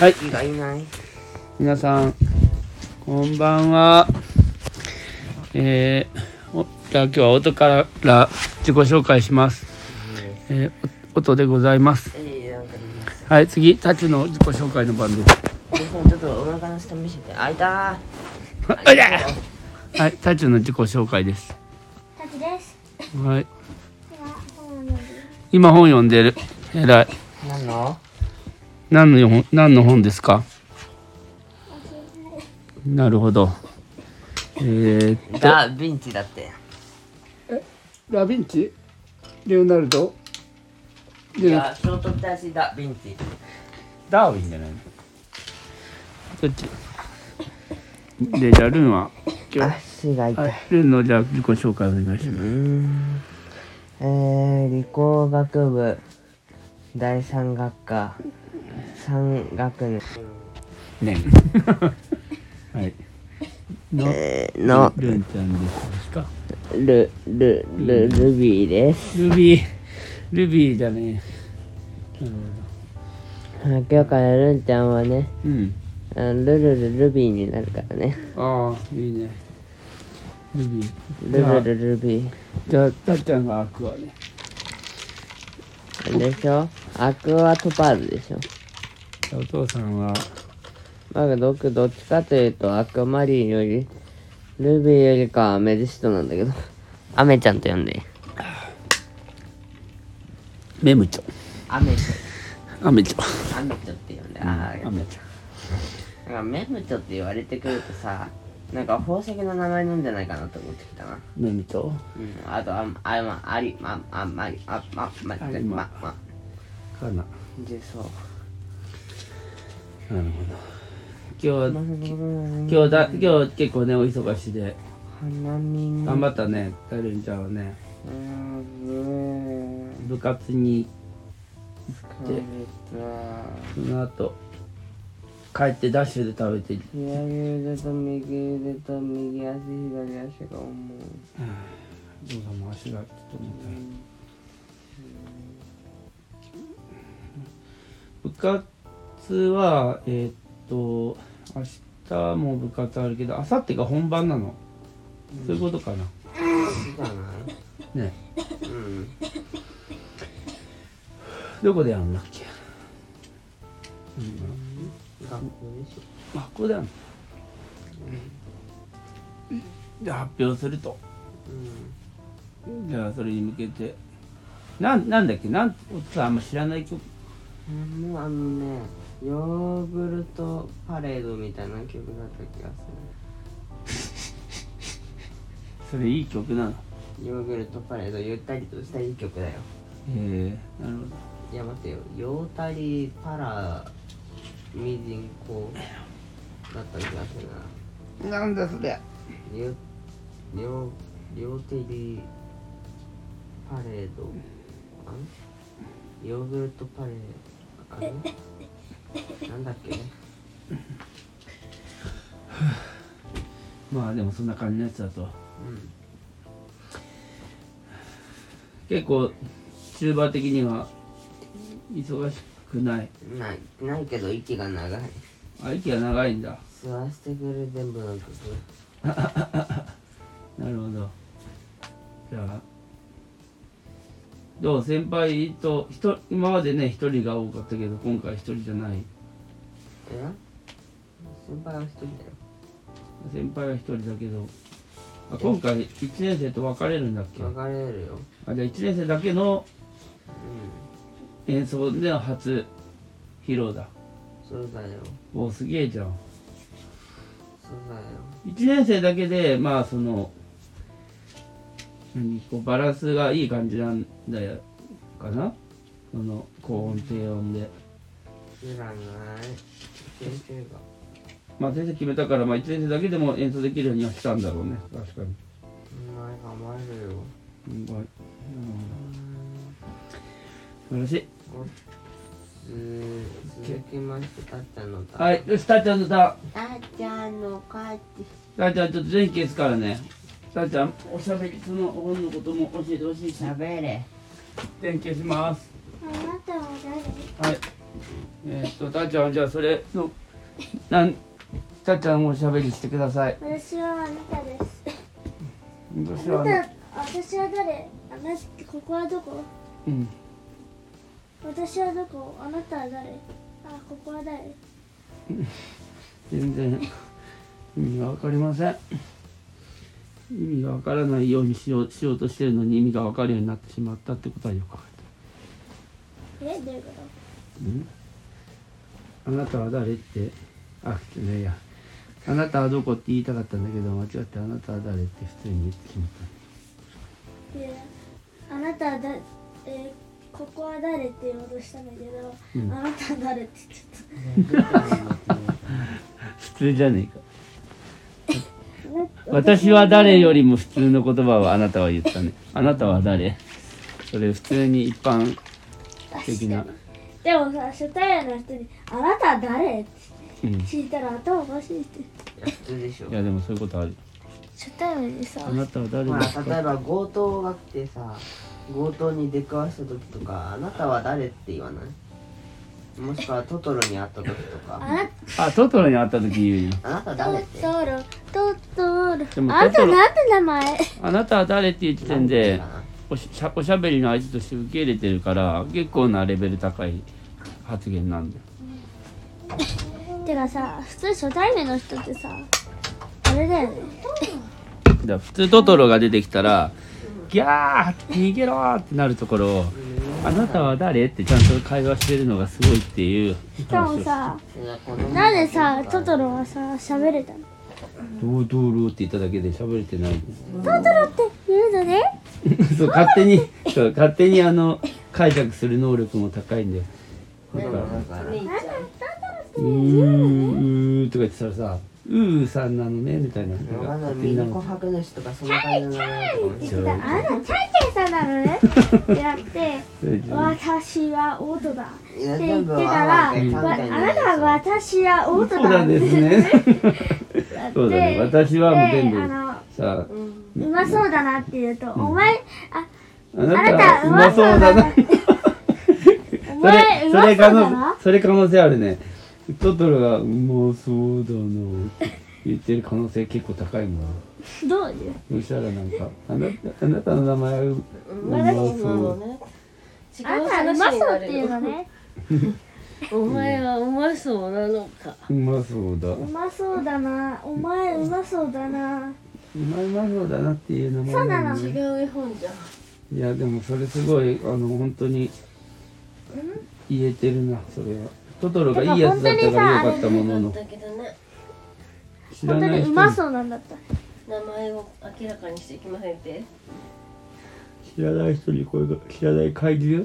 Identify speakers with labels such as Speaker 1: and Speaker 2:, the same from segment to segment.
Speaker 1: はい
Speaker 2: 意外ない
Speaker 1: 皆さんこんばんはえー、おじゃあ今日は音から自己紹介します、えー、お音でございます
Speaker 2: ええなんかね
Speaker 1: はい次タチの自己紹介の番です
Speaker 2: ちょっとお腹の下見せてあいた
Speaker 1: おいゃはいタチの自己紹介です
Speaker 3: タチです。
Speaker 1: はい
Speaker 3: 今本を読んでいます
Speaker 1: 今本読んでるえらい
Speaker 2: ーなんの
Speaker 1: 何の本何の本ですか
Speaker 3: 教えてない
Speaker 1: なるほどえー、
Speaker 2: ダ・ヴィンチだって
Speaker 1: ダヴィンチレオナルド
Speaker 2: いや聖徳太子ダ・ヴィンチ
Speaker 1: ダーウィンじゃないのどっちでじゃあルンは今日
Speaker 2: 足が痛
Speaker 1: はいルンのじゃあ自己紹介お願いします
Speaker 2: うんえー、理工学部第三学科三学年
Speaker 1: ね はいの
Speaker 2: えーの
Speaker 1: ルンちゃんですか
Speaker 2: ルルルルビーです
Speaker 1: ルビールビーだねなるほ
Speaker 2: あ今日からルンちゃんはね
Speaker 1: どうん
Speaker 2: あルルルルビーになるからね
Speaker 1: ああいいねルビー
Speaker 2: ルルルルビー
Speaker 1: じゃあたっちゃんがアクアね
Speaker 2: でしょアクアトパールでしょ
Speaker 1: じゃあお父さん
Speaker 2: だ
Speaker 1: は
Speaker 2: けど僕どっちかというとアクマリンよりルビーよりかはアメリストなんだけどアメちゃんと呼んで
Speaker 1: メムチョ
Speaker 2: アメち
Speaker 1: アメチョ
Speaker 2: ゃんアメちゃんって呼んであ
Speaker 1: アメチョ
Speaker 2: あなんかメムチョって言われてくるとさなんか宝石の名前なんじゃないかなと思ってきたな
Speaker 1: メムチョ
Speaker 2: うんあとあんあまありまあまりあままま
Speaker 1: ありま
Speaker 2: まま
Speaker 1: かな
Speaker 2: でそう
Speaker 1: なるほど。今日、今日だ、今日結構ね、お忙しいで、
Speaker 2: 花見
Speaker 1: 頑張ったね、ダルンちゃんはね、
Speaker 2: うん
Speaker 1: 部活に、
Speaker 2: 疲れた
Speaker 1: その後。帰ってダッシュで食べて、
Speaker 2: 左腕と右腕と右足左足が重い
Speaker 1: どうだも足がちょっと重たい。部活は、えーっと、明日も部活あるけど、明後日が本番なの。そういうことかな。
Speaker 2: じゃない
Speaker 1: ね、
Speaker 2: うん
Speaker 1: どこでやんだっけ。
Speaker 2: 学校でし
Speaker 1: あここだよねで発表すると
Speaker 2: ょうん
Speaker 1: じゃあそれに向けてなんなんだっけなんお父さんあんま知らない曲
Speaker 2: もうあのねヨーグルトパレードみたいな曲だった気が
Speaker 1: それいい曲なのへ
Speaker 2: するヨーグルトパレードゆったりとしたいい曲だよ
Speaker 1: えなる
Speaker 2: いや待ってよヨータリパラミジンコだった気がするな
Speaker 1: ほどなんだそれ
Speaker 2: 両両両手にパレードあれヨーグルトパレードあれなんだっけ
Speaker 1: まあでもそんな感じのやつだと
Speaker 2: うん
Speaker 1: 結構終盤的には忙しくない
Speaker 2: ないないけど息が長い
Speaker 1: あ息が長いんだ
Speaker 2: 吸わせてくれ全部の曲
Speaker 1: なるほどじゃあどう先輩とひと今までね一人が多かったけど今回一人じゃない
Speaker 2: え先輩は一人だよ
Speaker 1: 先輩は一人だけどあ今回1年生と別れるんだっけ
Speaker 2: 別れるよ
Speaker 1: あじゃあ1年生だけの
Speaker 2: う
Speaker 1: 演奏での初披露だ
Speaker 2: んそうだよ
Speaker 1: おすげえじゃん
Speaker 2: そうだよ
Speaker 1: 1年生だけでまあその何こうバランスがいい感じなんだよかなその高音低音で
Speaker 2: 知らない先生が
Speaker 1: まあ先生決めたからまあ1年生だけでも演奏できるようにはしたんだろうね確かに
Speaker 2: お前がまるよ
Speaker 1: うんごいうん
Speaker 2: うん
Speaker 1: 素晴らし
Speaker 2: 続きましてたっちゃんの
Speaker 1: いはいよしたーちゃんの歌
Speaker 2: たっちゃんの歌詞
Speaker 1: たーちゃんちょっと電気消すからねたーちゃんおしゃべりその本のことも教えてほしいし
Speaker 2: 喋れ
Speaker 1: 電気消します
Speaker 3: あなたは誰？
Speaker 1: はいえーっとたーちゃんじゃあそれのなんたーちゃんもおしゃべりしてください
Speaker 3: 私はあなたです。
Speaker 1: 私
Speaker 3: あ
Speaker 1: は
Speaker 3: な
Speaker 1: ね
Speaker 3: た、私は誰あなた、ここはどこ
Speaker 1: うん
Speaker 3: 私はどこあなたは誰あ、ここは誰
Speaker 1: 全然意味が分かりません意味が分からないようにしようしようとしてるのに意味が分かるようになってしまったってことはよく分かっ
Speaker 3: え、どういうこと
Speaker 1: た、うん、あなたは誰ってあいやいやあなたはどこって言いたかったんだけど間違ってあなたは誰って普通に言ってしまった
Speaker 3: であなたはだ、えーここは誰って言おうとしたんだけど、
Speaker 1: うん
Speaker 3: あなたは誰って言っちゃっ
Speaker 1: 普通じゃねえか
Speaker 3: た。
Speaker 1: 私は誰よりも普通の言葉をあなたは言ったねあなたは誰それ普通に一般的な
Speaker 3: 確かにでもさ、初対面の人に、あなたは誰って
Speaker 1: うんい
Speaker 3: 聞いたら頭おかしいって。
Speaker 2: や普通でしょ
Speaker 1: やでもそういうことある
Speaker 3: 初対面でさ、
Speaker 1: あなたは誰
Speaker 2: ま
Speaker 1: です
Speaker 2: あ例
Speaker 1: か
Speaker 2: えば強盗が来てさ強盗に出くわした時とかあなたは誰って言わないもしくはトトロに会った時とか
Speaker 3: あな
Speaker 1: あトトロに会った時言うよ
Speaker 2: あなた
Speaker 3: た、
Speaker 2: 誰
Speaker 3: ト
Speaker 2: って
Speaker 3: トロ、トト
Speaker 1: で
Speaker 3: ロ。
Speaker 1: も
Speaker 3: あん
Speaker 1: ト
Speaker 3: た
Speaker 1: トロ
Speaker 3: なんて名前
Speaker 1: あなたは誰っていう時点
Speaker 2: な
Speaker 1: で
Speaker 2: んて
Speaker 1: おしゃおしゃべりの相手として受け入れてるから結構なレベル高い発言なんだよ
Speaker 3: てかさ、普通初対面の人ってさ、あれだよね。
Speaker 1: だから普通トトロが出てきたら「ギャー逃げろ!」ってなるところを「あなたは誰?」ってちゃんと会話してるのがすごいっていう
Speaker 3: しかもさ、
Speaker 2: 言うかな
Speaker 3: なんでさ、トトロはさ、喋れたの
Speaker 1: どうどうろうって言っただけで喋れてない
Speaker 3: トトロって言うのね。
Speaker 1: そう勝手にそう勝手にあの解釈する能力も高いんだよだから
Speaker 2: だから
Speaker 3: あなた、
Speaker 1: う
Speaker 3: ト
Speaker 1: ーうーとか言ってたらさ「うーさんなのね」みたいな
Speaker 2: でも
Speaker 1: な
Speaker 2: ま
Speaker 1: ん
Speaker 2: だ
Speaker 1: か
Speaker 2: ミ
Speaker 1: みんな
Speaker 2: ニ
Speaker 1: の
Speaker 2: コ白主とかそんな感じの名前だと思う
Speaker 3: トロって言ってた。あなた、チャイチャイさんなのね。って なって、私はオートだ。
Speaker 2: い
Speaker 3: っ
Speaker 2: や
Speaker 3: て
Speaker 2: 多
Speaker 3: 言って
Speaker 2: 分
Speaker 3: たら、わあ
Speaker 2: あなた
Speaker 3: なたは私はオート
Speaker 1: そう
Speaker 3: だ
Speaker 1: な
Speaker 3: っ
Speaker 1: ん
Speaker 3: て
Speaker 1: ですね そうだね私はもう全部
Speaker 3: であの
Speaker 1: さ
Speaker 3: うまそうだなって言うと、お前、あ、
Speaker 1: あな
Speaker 3: あなた
Speaker 1: たうまそうだな
Speaker 3: うまお前、う
Speaker 1: そ
Speaker 3: まそう
Speaker 1: れ
Speaker 3: だ
Speaker 1: 可能
Speaker 3: な
Speaker 1: それ可能性あるねトトロが「うまそうだな」って言ってる可能性結構高いもん
Speaker 3: どういう
Speaker 1: そしたらなんか「あなたあなたの名前はううまそう」
Speaker 4: 違
Speaker 3: あなたはうまそうっていうのね。
Speaker 4: お前はうまそうなのか
Speaker 1: うまそうだ。
Speaker 3: うまそうだな。お前、うまそうだな。
Speaker 1: うまいうまそうだなっていう名前
Speaker 3: そうなの
Speaker 1: のに
Speaker 4: 違う絵本じゃん
Speaker 1: いやでもそれすごいあの本当に言えてるなそれはトトロがいいやつだったからよかったもの
Speaker 4: だっ
Speaker 1: の
Speaker 4: たけどね
Speaker 1: 知ら
Speaker 3: 本当
Speaker 1: な
Speaker 3: に
Speaker 1: いう人
Speaker 3: まそうなんだった。
Speaker 4: 名前を明らかにしていきませんって
Speaker 1: 知らない人にこれが知らない怪獣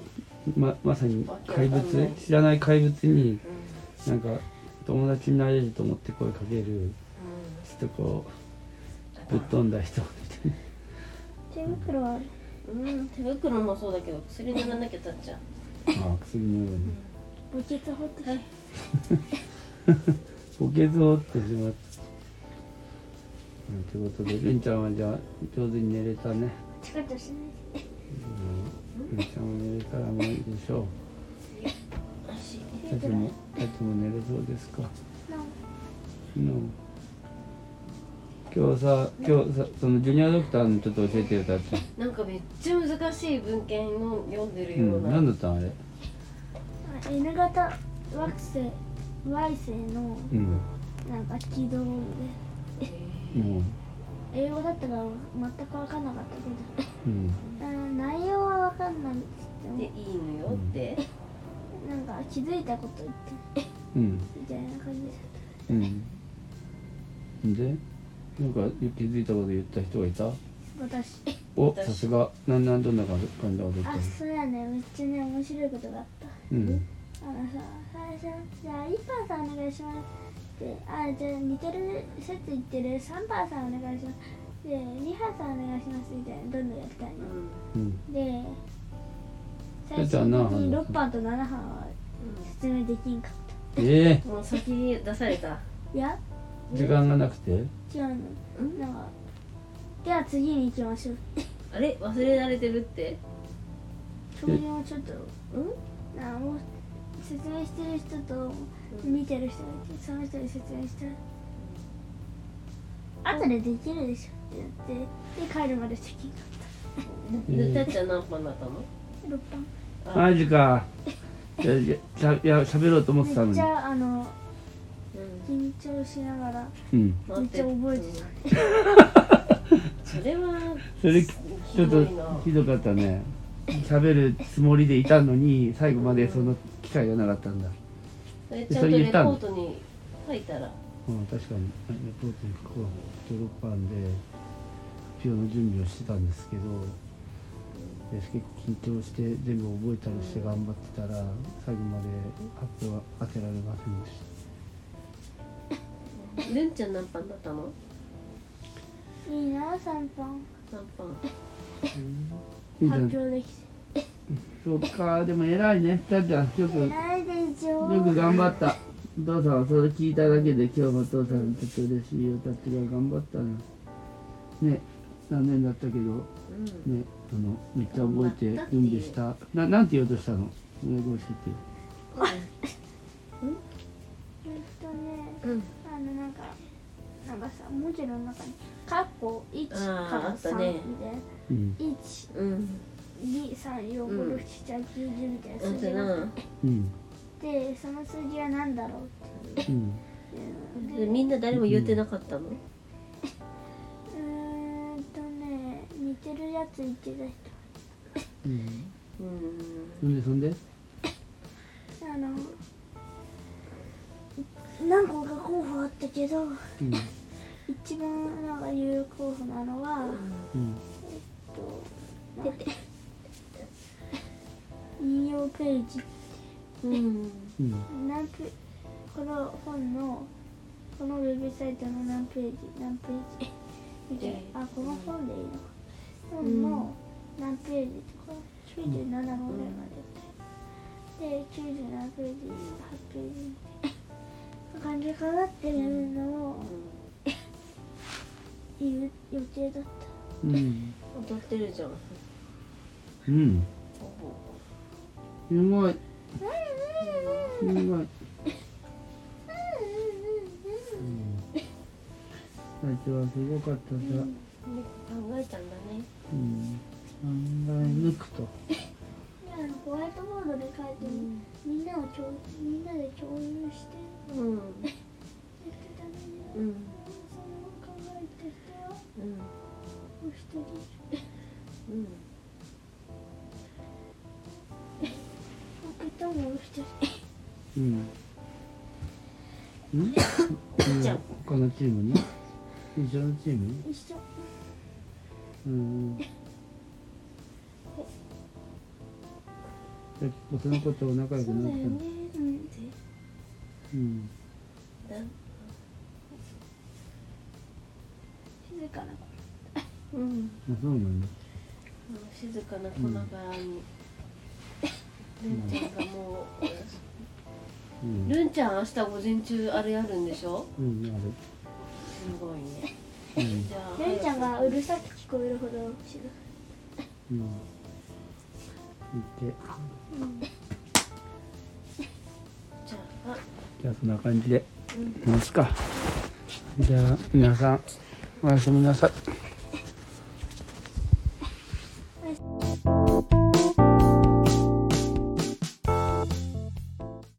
Speaker 1: ままさに怪
Speaker 4: わけわかんな
Speaker 1: 物
Speaker 4: い
Speaker 1: 知らない怪物になんか友達になれると思って声かけるちょっとこうぶっ飛んだ人み
Speaker 3: 手袋はある。
Speaker 4: うん、うん、手袋もそうだけど薬塗らなきゃたっちゃん
Speaker 1: たいな あ薬のように
Speaker 3: ボケツ掘ってた。
Speaker 1: ボケずを折ってしまったうんということでりんちゃんはじゃあ上手に寝れたね
Speaker 3: チカチカしない
Speaker 1: りんちゃんも寝れたらもういいでしょう
Speaker 4: 足
Speaker 1: たちもたちも寝れそうですか
Speaker 3: で。な
Speaker 1: の今日さ今日さそのジュニアドクターのちょっと教えてよたっちゃん
Speaker 4: なんかめっちゃ難しい文献の読んでる
Speaker 1: う、
Speaker 4: ようんな、
Speaker 1: 何だったんあれ
Speaker 3: N 型惑星、Y 星の
Speaker 1: うん
Speaker 3: なんか軌道で。
Speaker 1: も
Speaker 3: 英語だったから全く分かんなかったけど。
Speaker 1: ううん
Speaker 3: うん内容は分かんないって言って
Speaker 4: でいいのよって、
Speaker 3: もなんか気づいたこと言って
Speaker 1: うん
Speaker 3: みたいな感じで
Speaker 1: うんでなんか気づいたこと言った人がいた
Speaker 3: 私
Speaker 1: お
Speaker 4: 私
Speaker 1: さすがなんなんどんな感じ感じだった
Speaker 3: あそうやねめっちゃね面白いことがあっ
Speaker 1: うん
Speaker 3: たあのさ最初じゃあ1番さんお願いしますであじゃあ似てる説言ってる3番さんお願いしますで2番さんお願いしますみたいなどんどんやってたん
Speaker 4: う
Speaker 3: よ
Speaker 4: ん
Speaker 1: うん
Speaker 3: で
Speaker 1: そ
Speaker 3: 最
Speaker 1: れ
Speaker 3: 終
Speaker 1: じゃあ何
Speaker 3: 的
Speaker 1: 班
Speaker 3: に
Speaker 1: だった
Speaker 3: 6班と7班は説明できんかっ
Speaker 1: ええ
Speaker 4: もう先に出された
Speaker 3: たいや
Speaker 1: 時間がなくて
Speaker 3: 違うのなんかでは次に行きましょう
Speaker 4: あれ忘れられてるって
Speaker 3: それをちょっと
Speaker 4: うん
Speaker 3: なあもう説明してる人と見てる人がいてその人に説明した後でできるでしょってやってで帰るまで責任
Speaker 4: でてっちゃん何本だったの
Speaker 3: 6本
Speaker 1: マジかいやいやしゃいや喋ろうと思ってたの
Speaker 3: めっ
Speaker 1: に
Speaker 3: ちゃあの
Speaker 4: うん
Speaker 3: 緊張しながら
Speaker 1: うん
Speaker 3: めっちゃ覚えて
Speaker 4: たそれは
Speaker 1: それちょっとひどかったね喋るつもりでいたのに最後までその機会がなかったんだ
Speaker 4: それちゃんとレポートに書いたら
Speaker 1: うん確かにレポートにこうドロッパンで発表の準備をしてたんですけどで結構緊張して全部覚えたりして頑張ってたら最後まで発表は当てられませんでした
Speaker 4: るんちゃん何本だったの
Speaker 3: いいな3本
Speaker 4: 何本
Speaker 1: いいじゃん
Speaker 3: 発表できて
Speaker 1: そっかでも偉いねたっちゃんよくよ
Speaker 3: 偉いでしょ
Speaker 1: く頑張ったお父さんはそれ聞いただけで今日のお父さんちょっと嬉しいよたっちが頑張ったなね残念だったけど
Speaker 4: うん
Speaker 1: ね、あのめっちゃ覚えて準備した。ななんて言おうとしたの？英語教えてよ。
Speaker 3: えっとね
Speaker 4: うん
Speaker 3: あのなんかなんかさ文字の中に「カッコ1から
Speaker 4: あーあった
Speaker 3: 3」
Speaker 4: ね
Speaker 3: みたいな
Speaker 1: うん
Speaker 3: 「1
Speaker 4: うん
Speaker 3: 2 3 4 5 6 7 8 9 10」みたいな
Speaker 4: あ
Speaker 3: 数字があっ
Speaker 1: うん
Speaker 3: てその数字は何だろうって
Speaker 1: うん。
Speaker 3: いう
Speaker 4: で
Speaker 3: で
Speaker 4: みんな誰も言ってなかったの
Speaker 3: うーんとね似てるやつ言ってた人
Speaker 1: うん。
Speaker 4: うん
Speaker 1: そんでそんで？
Speaker 3: あの何個か候補あったけど
Speaker 1: うん
Speaker 3: 一番なんか有力候補なのは、
Speaker 1: うん
Speaker 3: えっと引用ページ
Speaker 4: うん
Speaker 1: うん
Speaker 3: 何ペこの本のこのウェブサイトの何ページ何ページみたいなあこの本でいいのか本の何ページとか97ぐらいまでで97ページ8ページみたいな感じかなっていうのを 言う予定だった
Speaker 1: うん
Speaker 4: 踊ってるじゃん
Speaker 1: うん。すごいすごい。うん。最初はすごかったさ。
Speaker 4: で考えたんだね
Speaker 1: うん。考え抜くと。
Speaker 3: あのホワイトボードで書いてみ,、んなを共みんなで共有して
Speaker 4: うん
Speaker 3: やってたのに
Speaker 4: うんうん
Speaker 3: それを考えた人はお一人
Speaker 4: うん
Speaker 3: 僕ともお一人
Speaker 1: うん。うん。
Speaker 4: じゃん
Speaker 1: このチームね。一緒のチーム？
Speaker 3: 一緒
Speaker 1: うん結構その子と仲良く
Speaker 3: そうだ
Speaker 1: な
Speaker 3: よ
Speaker 1: ったの
Speaker 3: ねうん
Speaker 1: うん
Speaker 4: だ
Speaker 3: 静かな
Speaker 4: うん
Speaker 1: あそうなんだ
Speaker 4: もう静かなこの川に、ルンちゃんがも
Speaker 1: う
Speaker 4: う、
Speaker 1: ん
Speaker 4: ルンちゃん明日午前中あれやるんでしょ
Speaker 1: うん
Speaker 4: すごいね
Speaker 1: あれうん
Speaker 4: じゃあ
Speaker 3: 子ルンちゃんがうるさく聞こえるほど静か
Speaker 1: うんで
Speaker 4: じゃあ
Speaker 1: じゃあそんな感じでますかじゃあ皆さんおやすみなさい